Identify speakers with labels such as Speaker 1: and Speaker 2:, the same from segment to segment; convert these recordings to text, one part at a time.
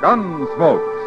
Speaker 1: Gunsmoke,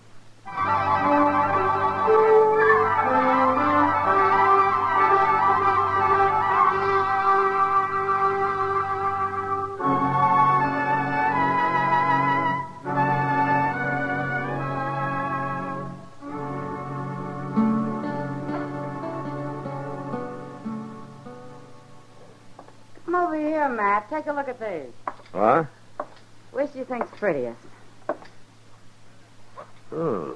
Speaker 2: Come over here, Matt. Take a look at these.
Speaker 3: Huh?
Speaker 2: Which do you think's prettiest?
Speaker 3: Oh.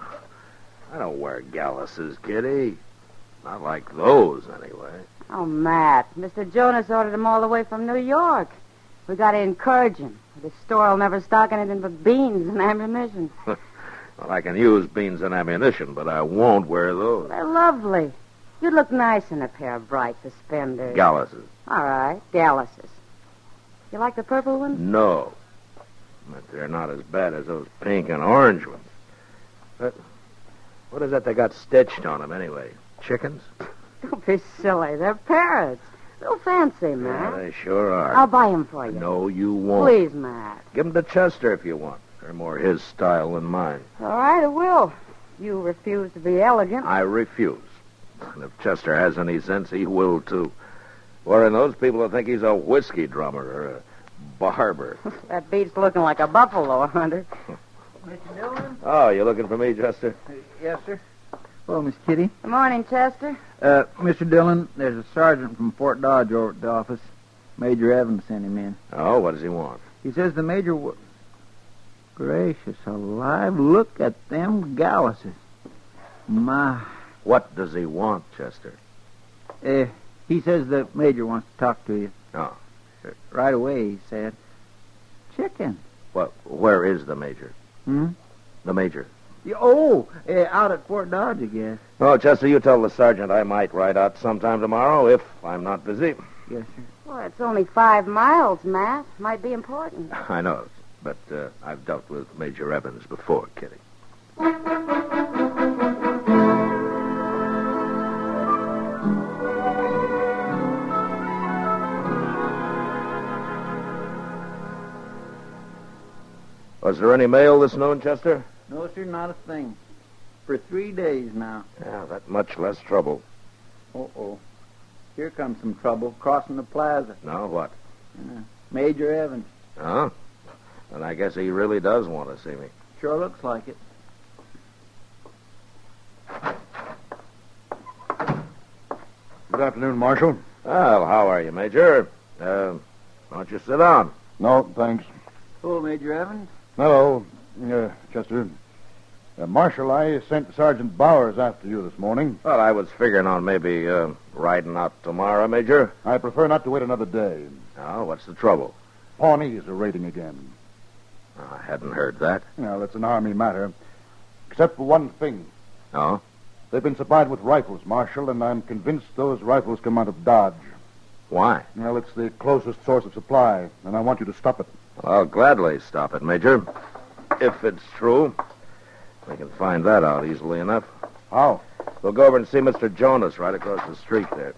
Speaker 3: I don't wear galluses, Kitty. Not like those, anyway.
Speaker 2: Oh, Matt, Mr. Jonas ordered 'em all the way from New York. We got to encourage him. This store'll never stock anything but beans and ammunition.
Speaker 3: Well, I can use beans and ammunition, but I won't wear those.
Speaker 2: They're lovely. You'd look nice in a pair of bright suspenders.
Speaker 3: Galluses.
Speaker 2: All right, Dallas's. You like the purple ones?
Speaker 3: No. But they're not as bad as those pink and orange ones. But what is that they got stitched on them, anyway? Chickens?
Speaker 2: Don't be silly. They're parrots. Real fancy,
Speaker 3: Mm. Yeah,
Speaker 2: Matt.
Speaker 3: they sure are.
Speaker 2: I'll buy 'em for you.
Speaker 3: No, you won't.
Speaker 2: Please, Matt.
Speaker 3: Give them to Chester if you want. They're more his style than mine.
Speaker 2: All right, I will. You refuse to be elegant.
Speaker 3: I refuse. And if Chester has any sense, he will, too. Or in those people who think he's a whiskey drummer or a barber.
Speaker 2: That beats looking like a buffalo hunter.
Speaker 4: Mr. Dillon?
Speaker 3: Oh, you looking for me, Chester?
Speaker 4: Yes, sir. Hello, Miss Kitty.
Speaker 2: Good morning, Chester.
Speaker 4: Uh, Mr. Dillon, there's a sergeant from Fort Dodge over at the office. Major Evans sent him in.
Speaker 3: Oh, what does he want?
Speaker 4: He says the major. W- Gracious alive, look at them galluses. My.
Speaker 3: What does he want, Chester?
Speaker 4: Uh, he says the major wants to talk to you.
Speaker 3: Oh.
Speaker 4: Right away, he said. Chicken.
Speaker 3: What? Where is the major?
Speaker 4: Hmm?
Speaker 3: The major.
Speaker 4: Y- Oh, uh, out at Fort Dodge, I guess.
Speaker 3: Oh, Chester, you tell the sergeant I might ride out sometime tomorrow if I'm not busy.
Speaker 4: Yes, sir.
Speaker 2: Well, it's only five miles, Matt. Might be important.
Speaker 3: I know, but uh, I've dealt with Major Evans before, Kitty. Was there any mail this noon, Chester?
Speaker 4: No, sir, not a thing. For three days now.
Speaker 3: Yeah, that much less trouble.
Speaker 4: Uh oh. Here comes some trouble crossing the plaza.
Speaker 3: Now what?
Speaker 4: Major Evans.
Speaker 3: Huh? Then I guess he really does want to see me.
Speaker 4: Sure looks like it.
Speaker 5: Good afternoon, Marshal.
Speaker 3: Well, how are you, Major? Uh, why don't you sit down?
Speaker 5: No, thanks.
Speaker 4: Hello, Major Evans.
Speaker 5: Hello, uh, Chester. Uh, Marshal, I sent Sergeant Bowers after you this morning.
Speaker 3: Well, I was figuring on maybe uh, riding out tomorrow, Major.
Speaker 5: I prefer not to wait another day.
Speaker 3: Now, what's the trouble?
Speaker 5: Pawnees are raiding again.
Speaker 3: I hadn't heard that.
Speaker 5: Well, it's an army matter. Except for one thing.
Speaker 3: No?
Speaker 5: They've been supplied with rifles, Marshal, and I'm convinced those rifles come out of Dodge.
Speaker 3: Why?
Speaker 5: Well, it's the closest source of supply, and I want you to stop it.
Speaker 3: Well, I'll gladly stop it, Major. If it's true, we can find that out easily enough.
Speaker 5: How?
Speaker 3: We'll go over and see Mr. Jonas right across the street there.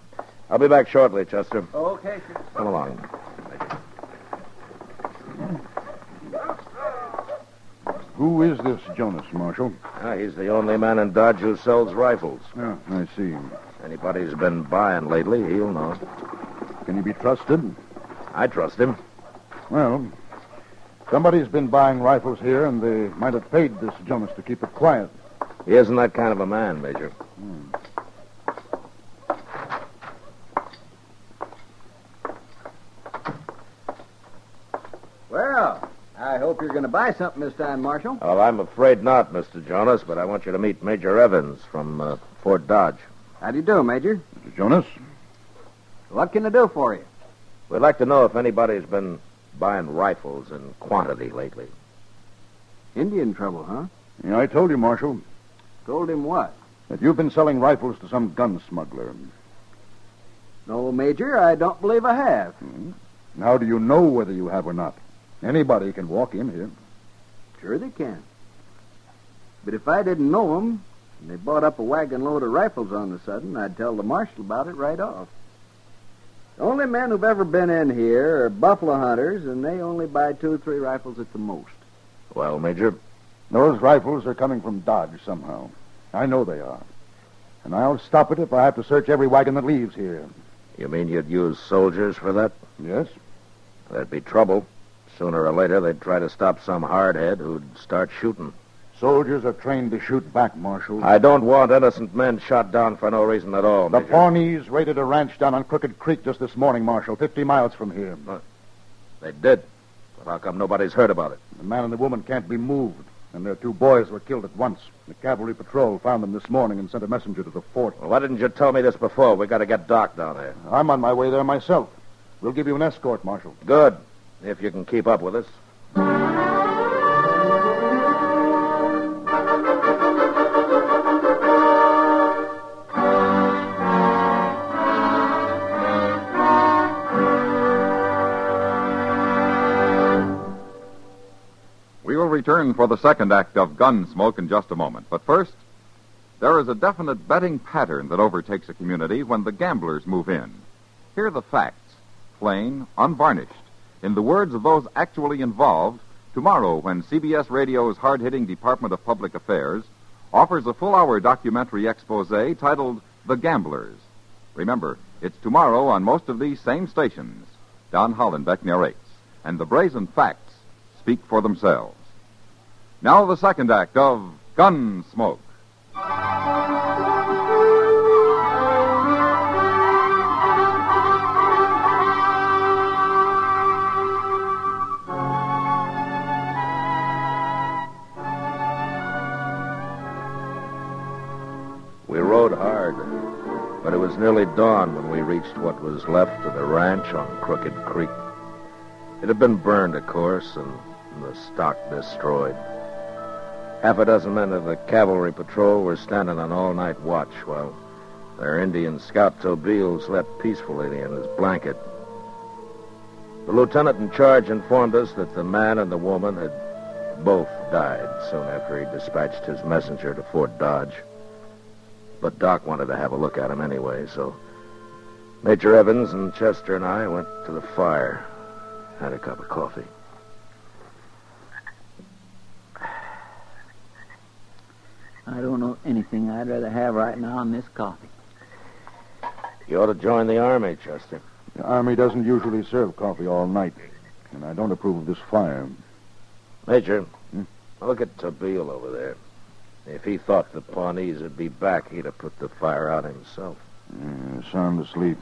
Speaker 3: I'll be back shortly, Chester.
Speaker 4: Okay, sir.
Speaker 3: Come along.
Speaker 5: Who is this Jonas, Marshal?
Speaker 3: Ah, he's the only man in Dodge who sells rifles.
Speaker 5: Yeah, I see.
Speaker 3: Anybody who's been buying lately, he'll know.
Speaker 5: Can he be trusted?
Speaker 3: I trust him.
Speaker 5: Well, somebody's been buying rifles here, and they might have paid this Jonas to keep it quiet.
Speaker 3: He isn't that kind of a man, Major.
Speaker 4: Well, I hope you're going to buy something this time, Marshal.
Speaker 3: Well, I'm afraid not, Mr. Jonas, but I want you to meet Major Evans from uh, Fort Dodge.
Speaker 4: How do you do, Major?
Speaker 5: Mr. Jonas?
Speaker 4: What can I do for you?
Speaker 3: We'd like to know if anybody's been buying rifles in quantity lately.
Speaker 4: Indian trouble, huh?
Speaker 5: Yeah, I told you, Marshal,
Speaker 4: Told him what?
Speaker 5: that you've been selling rifles to some gun smuggler.
Speaker 4: No, Major, I don't believe I have.
Speaker 5: And How Hmm? do you know whether you have or not? Anybody can walk in here.
Speaker 4: Sure they can. But if I didn't know 'em and they bought up a wagon load of rifles on the sudden, I'd tell the marshal about it right off. The only men who've ever been in here are buffalo hunters, and they only buy two or three rifles at the most.
Speaker 3: Well, Major,
Speaker 5: Those rifles are coming from Dodge somehow. I know they are. And I'll stop it if I have to search every wagon that leaves here.
Speaker 3: you mean you'd use soldiers for that?
Speaker 5: Yes?
Speaker 3: That'd be trouble. Sooner or later, they'd try to stop some hardhead who'd start shooting.
Speaker 5: Soldiers are trained to shoot back, Marshal.
Speaker 3: I don't want innocent men shot down for no reason at all,
Speaker 5: the
Speaker 3: Major.
Speaker 5: Pawnees raided a ranch down on Crooked Creek just this morning, Marshal, 50 miles from here.
Speaker 3: They did. But how come nobody's heard about it?
Speaker 5: The man and the woman can't be moved, and their two boys were killed at once. The cavalry patrol found them this morning and sent a messenger to the fort.
Speaker 3: Well, why didn't you tell me this before? We got to get Doc down there.
Speaker 5: I'm on my way there myself. We'll give you an escort, Marshal.
Speaker 3: Good. If you can keep up with us.
Speaker 1: We will return for the second act of Gunsmoke in just a moment. But first, there is a definite betting pattern that overtakes a community when the gamblers move in. Here are the facts, plain, unvarnished, in the words of those actually involved, tomorrow when CBS Radio's hard hitting Department of Public Affairs offers a full hour documentary expose titled The Gamblers. Remember, it's tomorrow on most of these same stations. Don Hollenbeck narrates, and the brazen facts speak for themselves. Now the second act of Gunsmoke.
Speaker 3: We rode hard, but it was nearly dawn when we reached what was left of the ranch on Crooked Creek. It had been burned, of course, and the stock destroyed. Half a dozen men of the cavalry patrol were standing on all night watch while their Indian scout Tobiel slept peacefully in his blanket. The lieutenant in charge informed us that the man and the woman had both died soon after he dispatched his messenger to Fort Dodge. But Doc wanted to have a look at him anyway, so Major Evans and Chester and I went to the fire, had a cup of coffee.
Speaker 6: I don't know anything I'd rather have right now than this coffee.
Speaker 3: You ought to join the army, Chester.
Speaker 5: The Army doesn't usually serve coffee all night, and I don't approve of this fire.
Speaker 3: Major, look at Tabeel over there. If he thought the Pawnees would be back, he'd have put the fire out himself.
Speaker 5: Yeah, sound asleep.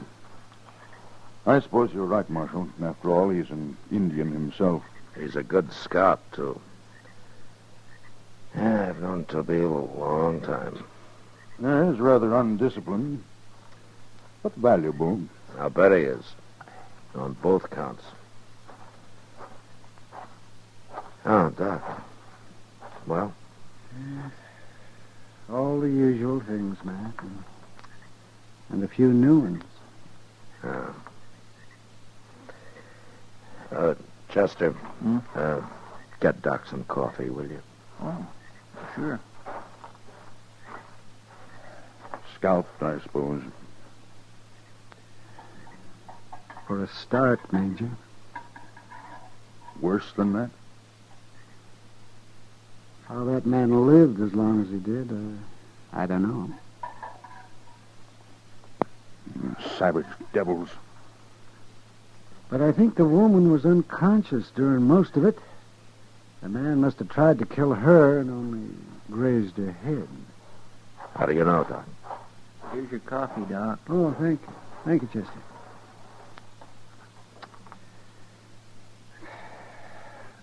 Speaker 5: I suppose you're right, Marshal. After all, he's an Indian himself.
Speaker 3: He's a good scout, too. Yeah, I've known Tabeel a long time.
Speaker 5: Yeah, he's rather undisciplined, but valuable.
Speaker 3: I'll bet he is. On both counts. Oh, Doc. Well?
Speaker 4: All the usual things, Matt. And a few new ones.
Speaker 3: Oh. Uh, Chester, uh, get Doc some coffee, will you?
Speaker 6: Sure.
Speaker 5: Scalped, I suppose.
Speaker 4: For a start, Major.
Speaker 5: Worse than that?
Speaker 4: How that man lived as long as he did, uh, I don't know.
Speaker 5: You savage devils.
Speaker 4: But I think the woman was unconscious during most of it. The man must have tried to kill her and only grazed her head.
Speaker 3: How do you know, Doc?
Speaker 6: Here's your coffee, Doc.
Speaker 4: Oh, thank you. Thank you, Chester.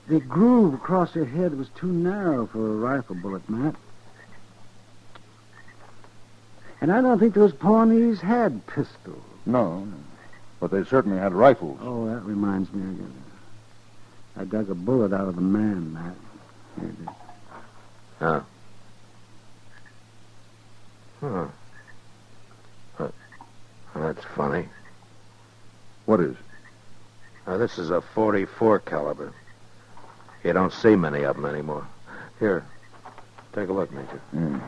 Speaker 4: The groove across her head was too narrow for a rifle bullet, Matt.
Speaker 7: And I don't think those Pawnees had pistols.
Speaker 5: No, no. But they certainly had rifles.
Speaker 7: Oh, that reminds me again. I dug a bullet out of the man, Matt. Here it is.
Speaker 3: Huh. Huh. Oh, That's funny.
Speaker 5: What is?
Speaker 3: Now, this is a 44 caliber. You don't see many of them anymore. Here, take a look, Major.
Speaker 5: Yeah.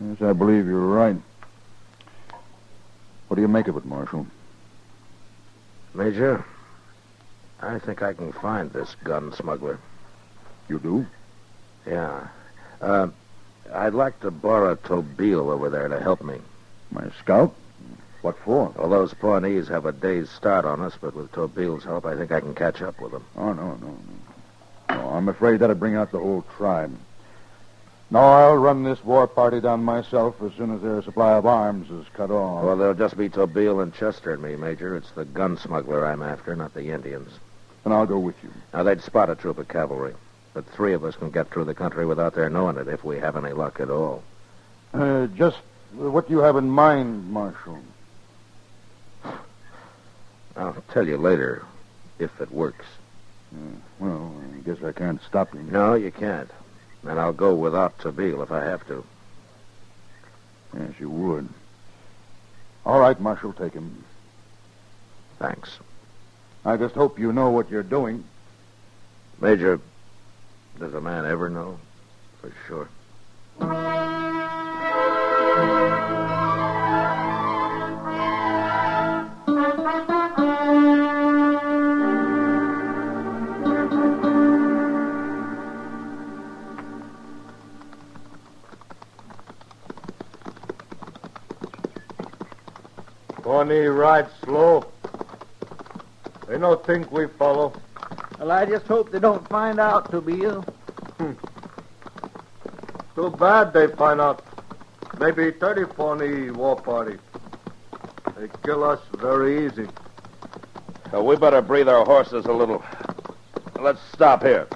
Speaker 5: Yes, I believe you're right. What do you make of it, Marshal?
Speaker 3: Major, I think I can find this gun smuggler.
Speaker 5: You do?
Speaker 3: Yeah. Uh, I'd like to borrow Tobiel over there to help me.
Speaker 5: My scout? What for?
Speaker 3: Well, those Pawnees have a day's start on us, but with Tobiel's help, I think I can catch up with them.
Speaker 5: Oh, no, no, no. No, I'm afraid that'd bring out the whole tribe. No, I'll run this war party down myself as soon as their supply of arms is cut off.
Speaker 3: Well, there'll just be Tobiel and Chester and me, Major. It's the gun smuggler I'm after, not the Indians.
Speaker 5: then I'll go with you.
Speaker 3: Now, they'd spot a troop of cavalry, but three of us can get through the country without their knowing it if we have any luck at all.
Speaker 5: Uh, just uh, what do you have in mind, Marshal?
Speaker 3: I'll tell you later if it works.
Speaker 5: Well, I guess I can't stop you.
Speaker 3: No, you can't. And I'll go without Tobiel if I have to.
Speaker 5: Yes, you would. All right, Marshal, take him.
Speaker 3: Thanks.
Speaker 5: I just hope you know what you're doing.
Speaker 3: Major, does a man ever know? For sure.
Speaker 5: Pawnee ride slow. They no think we follow.
Speaker 4: Well, I just hope they don't find out, Tobiel.
Speaker 5: Too bad they find out. Maybe 30 Pawnee war party. They kill us very easy.
Speaker 3: we better breathe our horses a little. Let's stop here.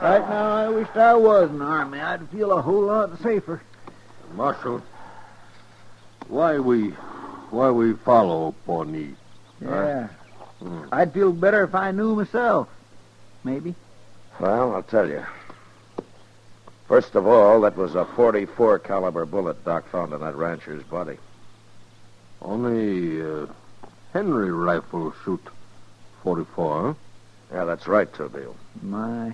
Speaker 4: Right now, I wished I was in the army. I'd feel a whole lot safer.
Speaker 5: Marshal, why we, why we follow Pawnee?
Speaker 4: Yeah. I'd feel better if I knew myself. Maybe.
Speaker 3: Well, I'll tell you. First of all, that was a 44 caliber bullet Doc found in that rancher's body.
Speaker 5: Only uh, Henry rifle shoot 44.
Speaker 3: Yeah, that's right, Tobiel.
Speaker 4: My,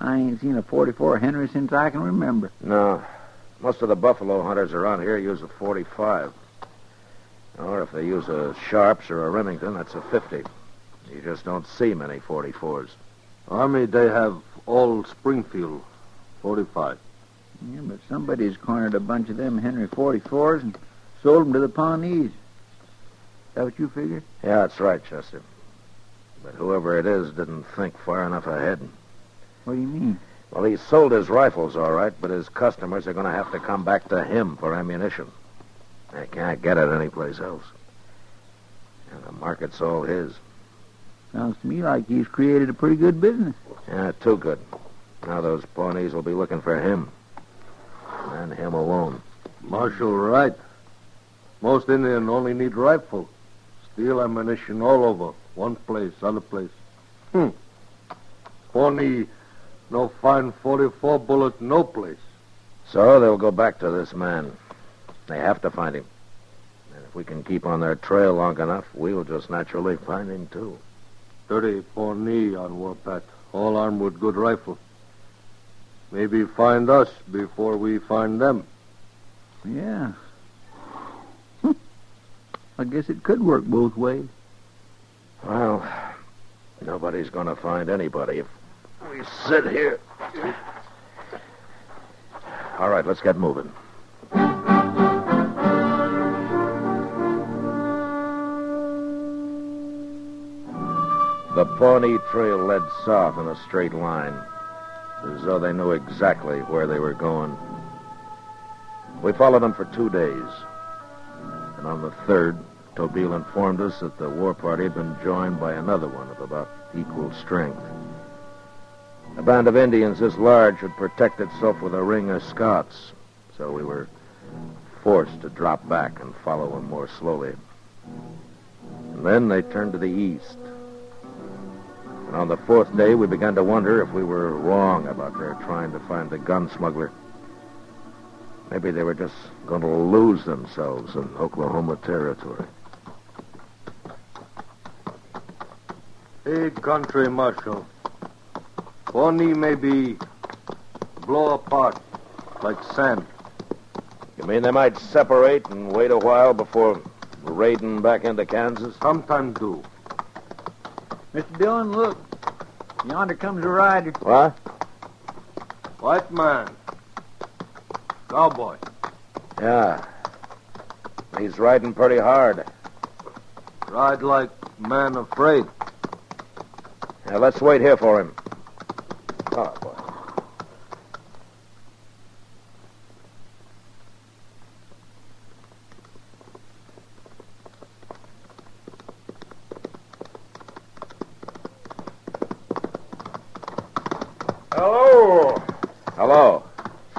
Speaker 4: I ain't seen a 44 Henry since I can remember.
Speaker 3: No, most of the buffalo hunters around here use a 45. Or if they use a Sharps or a Remington, that's a 50. You just don't see many 44s.
Speaker 5: Army, they have all Springfield 45.
Speaker 4: Yeah, but somebody's cornered a bunch of them Henry 44s and sold them to the Pawnees. That what you figure?
Speaker 3: Yeah, that's right, Chester. But whoever it is didn't think far enough ahead.
Speaker 4: What do you mean?
Speaker 3: Well, he sold his rifles, all right, but his customers are going to have to come back to him for ammunition. They can't get it anyplace else. And the market's all his.
Speaker 4: Sounds to me like he's created a pretty good business.
Speaker 3: Yeah, too good. Now those Pawnees will be looking for him. And him alone.
Speaker 5: Marshal, right. Most Indian only need rifle. Steel ammunition all over. One place, other place. Hmm. Pawnee, no fine 44 bullet, no place.
Speaker 3: So they'll go back to this man. They have to find him. And if we can keep on their trail long enough, we'll just naturally find him, too.
Speaker 5: 30 Pawnee on Warpath, all armed with good rifle. Maybe find us before we find them.
Speaker 4: Yeah. Hmm. I guess it could work both ways.
Speaker 3: Well, nobody's going to find anybody if we sit here. All right, let's get moving. The Pawnee Trail led south in a straight line, as though they knew exactly where they were going. We followed them for two days, and on the third, Tobel informed us that the war party had been joined by another one of about equal strength. A band of Indians this large would protect itself with a ring of Scots, so we were forced to drop back and follow them more slowly. And then they turned to the east. And on the fourth day, we began to wonder if we were wrong about their trying to find the gun smuggler. Maybe they were just going to lose themselves in Oklahoma territory.
Speaker 1: Hey, country marshal. Pony may be blow apart like sand.
Speaker 3: You mean they might separate and wait a while before raiding back into Kansas?
Speaker 1: Sometimes do.
Speaker 4: Mr. Dillon, look. Yonder comes a rider.
Speaker 3: What?
Speaker 1: White man. Cowboy.
Speaker 3: Yeah. He's riding pretty hard.
Speaker 1: Ride like man afraid.
Speaker 3: Now, let's wait here for him. Oh, boy.
Speaker 5: Hello.
Speaker 3: Hello.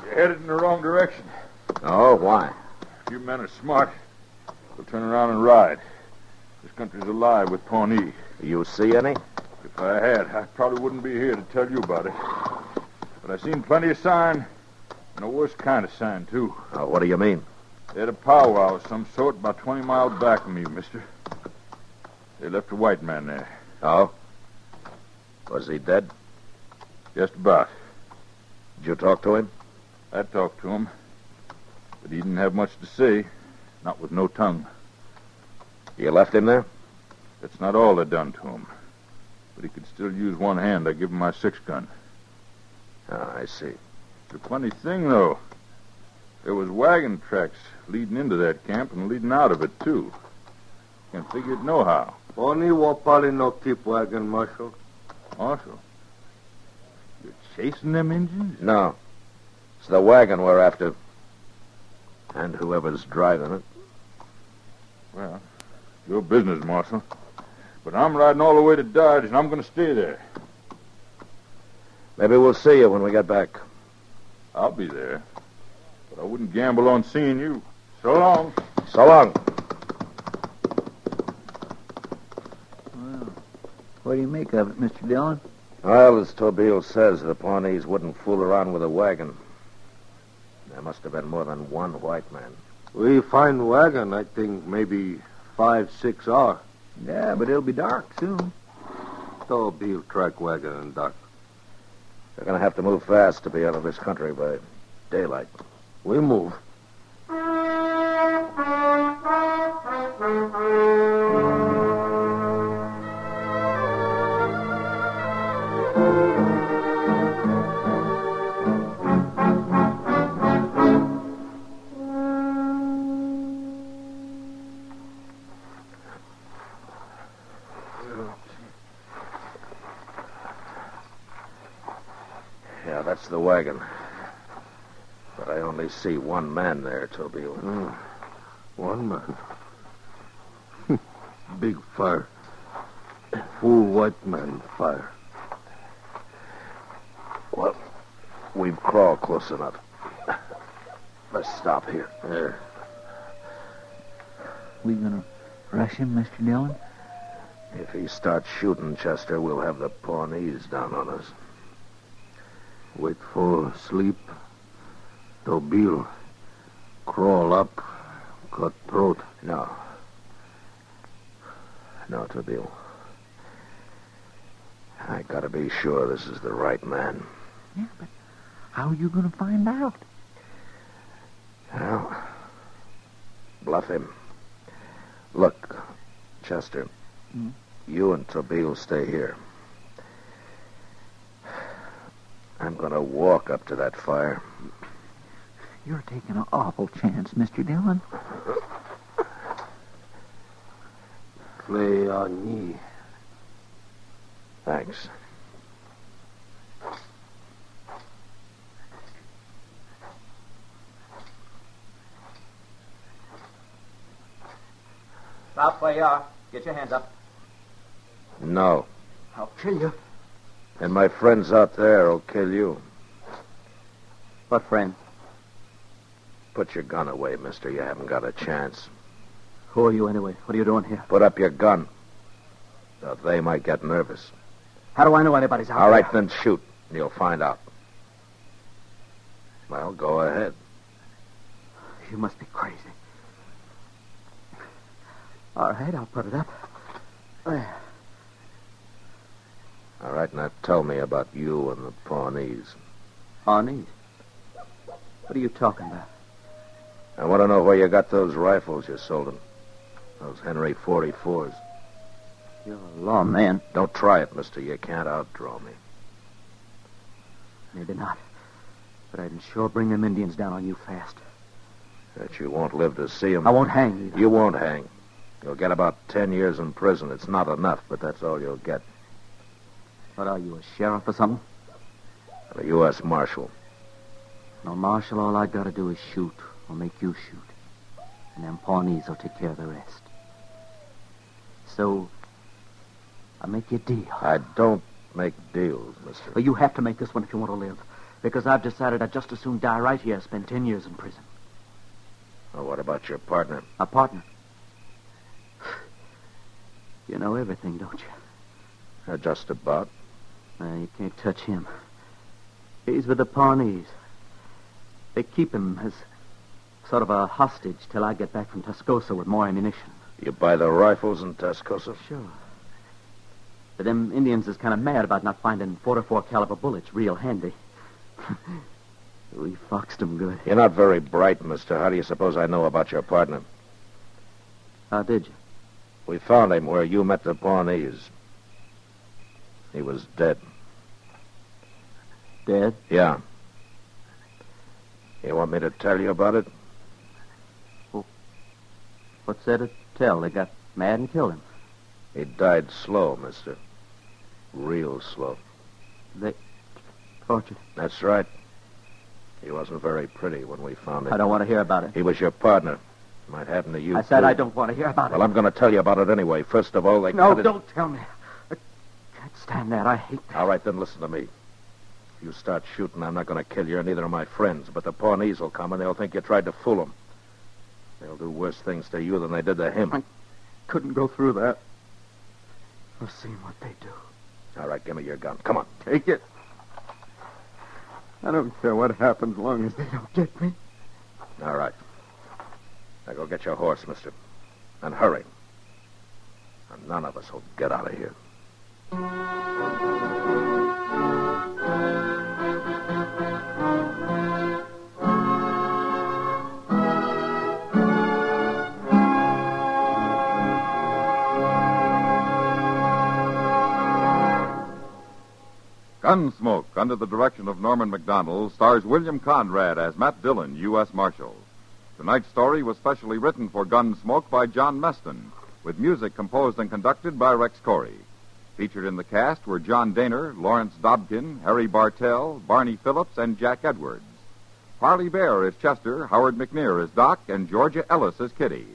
Speaker 5: You're headed in the wrong direction.
Speaker 3: Oh, why?
Speaker 5: You men are smart. We'll turn around and ride. This country's alive with Pawnee.
Speaker 3: You see any?
Speaker 5: If I had, I probably wouldn't be here to tell you about it. But I've seen plenty of sign, and a worse kind of sign, too.
Speaker 3: Oh, what do you mean?
Speaker 5: They had a powwow of some sort about 20 miles back of me, mister. They left a white man there,
Speaker 3: Oh? Was he dead?
Speaker 5: just about.
Speaker 3: Did you talk to him?
Speaker 5: I talked to him, but he didn't have much to say, not with no tongue.
Speaker 3: You left him there?
Speaker 5: That's not all they done to him. But he could still use one hand. I give him my six gun.
Speaker 3: Oh, I see.
Speaker 5: It's a funny thing, though. There was wagon tracks leading into that camp and leading out of it, too. Can't figure it nohow.
Speaker 1: Pony wapali no keep wagon, marshal.
Speaker 5: Also, you're chasing them Indians?
Speaker 3: No. It's the wagon we're after. And whoever's driving it.
Speaker 5: Well, your business, Marshal. But I'm riding all the way to Dodge, and I'm going to stay there.
Speaker 3: Maybe we'll see you when we get back.
Speaker 5: I'll be there. But I wouldn't gamble on seeing you. So long.
Speaker 3: So long.
Speaker 4: Well, what do you make of it, Mr. Dillon?
Speaker 3: Well, as Tobel says, the Pawnees wouldn't fool around with a wagon. There must have been more than one white man.
Speaker 1: We find wagon, I think maybe five, six hour.
Speaker 4: Yeah, but it'll be dark soon.
Speaker 1: So be track wagon and dock.
Speaker 3: They're going to have to move fast to be out of this country by daylight.
Speaker 1: We move.
Speaker 3: Yeah, that's the wagon. But I only see one man there, Tobel.
Speaker 1: Ah, One man. Big fire. Full white man fire.
Speaker 3: Well, we've crawled close enough. Let's stop here. There.
Speaker 4: We gonna rush him, Mr. Dillon?
Speaker 3: If he starts shooting, Chester, we'll have the Pawnees down on us.
Speaker 1: Wait for sleep. Tobil. Crawl up. Cut throat.
Speaker 3: No. No, Tobel. I gotta be sure this is the right man.
Speaker 4: How are you gonna find out?
Speaker 3: Well, bluff him. Look, Chester,
Speaker 4: Hmm?
Speaker 3: you and Tobel stay here. I'm going to walk up to that fire.
Speaker 4: You're taking an awful chance, Mr. Dillon.
Speaker 1: Play on ye.
Speaker 3: Thanks.
Speaker 8: Stop where you are. Get your hands up.
Speaker 3: No.
Speaker 8: I'll kill you.
Speaker 3: And my friends out there will kill you.
Speaker 4: What friend?
Speaker 3: Put your gun away, mister. You haven't got a chance.
Speaker 4: Who are you anyway? What are you doing here?
Speaker 3: Put up your gun. Now, they might get nervous.
Speaker 4: How do I know anybody's out
Speaker 3: All
Speaker 4: there?
Speaker 3: right, then shoot. and You'll find out. Well, go ahead.
Speaker 4: You must be crazy. All right, I'll put it up. There.
Speaker 3: All right, now tell me about you and the Pawnees.
Speaker 4: Arnie. What are you talking about?
Speaker 3: I want to know where you got those rifles you sold 'em. Those Henry 44s.
Speaker 4: You're a law man.
Speaker 3: Don't try it, mister. You can't outdraw me.
Speaker 4: Maybe not. But I can sure bring them Indians down on you fast.
Speaker 3: That you won't live to see 'em.
Speaker 4: I won't hang either.
Speaker 3: You won't hang. You'll get about ten years in prison. It's not enough, but that's all you'll get.
Speaker 4: What are you, a sheriff or something?
Speaker 3: And A U.S. Marshal.
Speaker 4: No, Marshal, all I gotta do is shoot, or make you shoot. And them Pawnees will take care of the rest. So, I make you a deal.
Speaker 3: I don't make deals, mister.
Speaker 4: But you have to make this one if you want to live. Because I've decided I'd just as soon die right here as spend ten years in prison.
Speaker 3: Now, what about your partner?
Speaker 4: A partner. You know everything, don't you?
Speaker 3: Uh, just about.
Speaker 4: Uh, you can't touch him. He's with the Pawnees. They keep him as sort of a hostage till I get back from Tuscosa with more ammunition.
Speaker 3: You buy the rifles in Tuscosa?
Speaker 4: Sure. But them Indians is kind of mad about not finding 44 caliber bullets real handy. we foxed 'em good.
Speaker 3: You're not very bright, mister. How do you suppose I know about your partner?
Speaker 4: How did you?
Speaker 3: We found him where you met the Pawnees. He was dead.
Speaker 4: Dead?
Speaker 3: Yeah. You want me to tell you about it?
Speaker 4: What's there to tell? They got mad and killed him.
Speaker 3: He died slow, mister. Real slow.
Speaker 4: Tortured.
Speaker 3: That's right. He wasn't very pretty when we found him.
Speaker 4: I don't want to hear about it.
Speaker 3: He was your partner. Might happen to you.
Speaker 4: I said
Speaker 3: too.
Speaker 4: I don't want to hear about
Speaker 3: Well, I'm going to tell you about it anyway. First of all, they
Speaker 4: it. No,
Speaker 3: cut it-
Speaker 4: don't tell me. I can't stand that. I hate that.
Speaker 3: All right, then listen to me. If you start shooting, I'm not going to kill you, or neither are my friends. But the Pawnees will come, and they'll think you tried to fool them. They'll do worse things to you than they did to him.
Speaker 4: I- Couldn't go through that. I've seen what they do.
Speaker 3: All right, give me your gun. Come on.
Speaker 5: Take it. I don't care what happens, long as
Speaker 4: They don't get me.
Speaker 3: All right. Now go get your horse, mister. And hurry. And none of us will get out of here.
Speaker 1: Gunsmoke, under the direction of Norman McDonald, stars William Conrad as Matt Dillon, U.S. Marshal. Tonight's story was specially written for Gunsmoke by John Meston, with music composed and conducted by Rex Corey. Featured in the cast were John Daner, Lawrence Dobkin, Harry Bartell, Barney Phillips, and Jack Edwards. Harley Bear is Chester, Howard McNear is Doc, and Georgia Ellis is Kitty.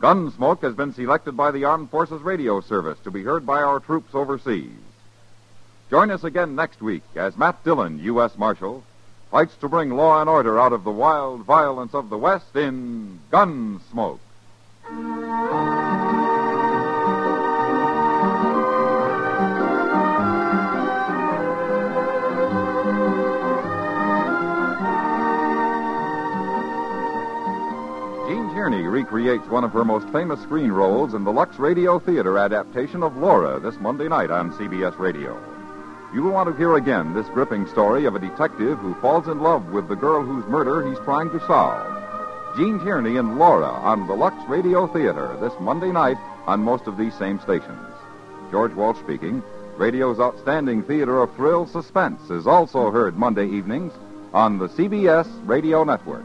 Speaker 1: Gunsmoke has been selected by the Armed Forces Radio Service to be heard by our troops overseas. Join us again next week as Matt Dillon, U.S. Marshal, fights to bring law and order out of the wild violence of the West in Gunsmoke. Jean Tierney recreates one of her most famous screen roles in the Lux Radio Theater adaptation of Laura this Monday night on CBS Radio. You will want to hear again this gripping story of a detective who falls in love with the girl whose murder he's trying to solve. Gene Tierney and Laura on the Lux Radio Theater this Monday night on most of these same stations. George Walsh speaking. Radio's outstanding theater of thrill suspense is also heard Monday evenings on the CBS Radio Network.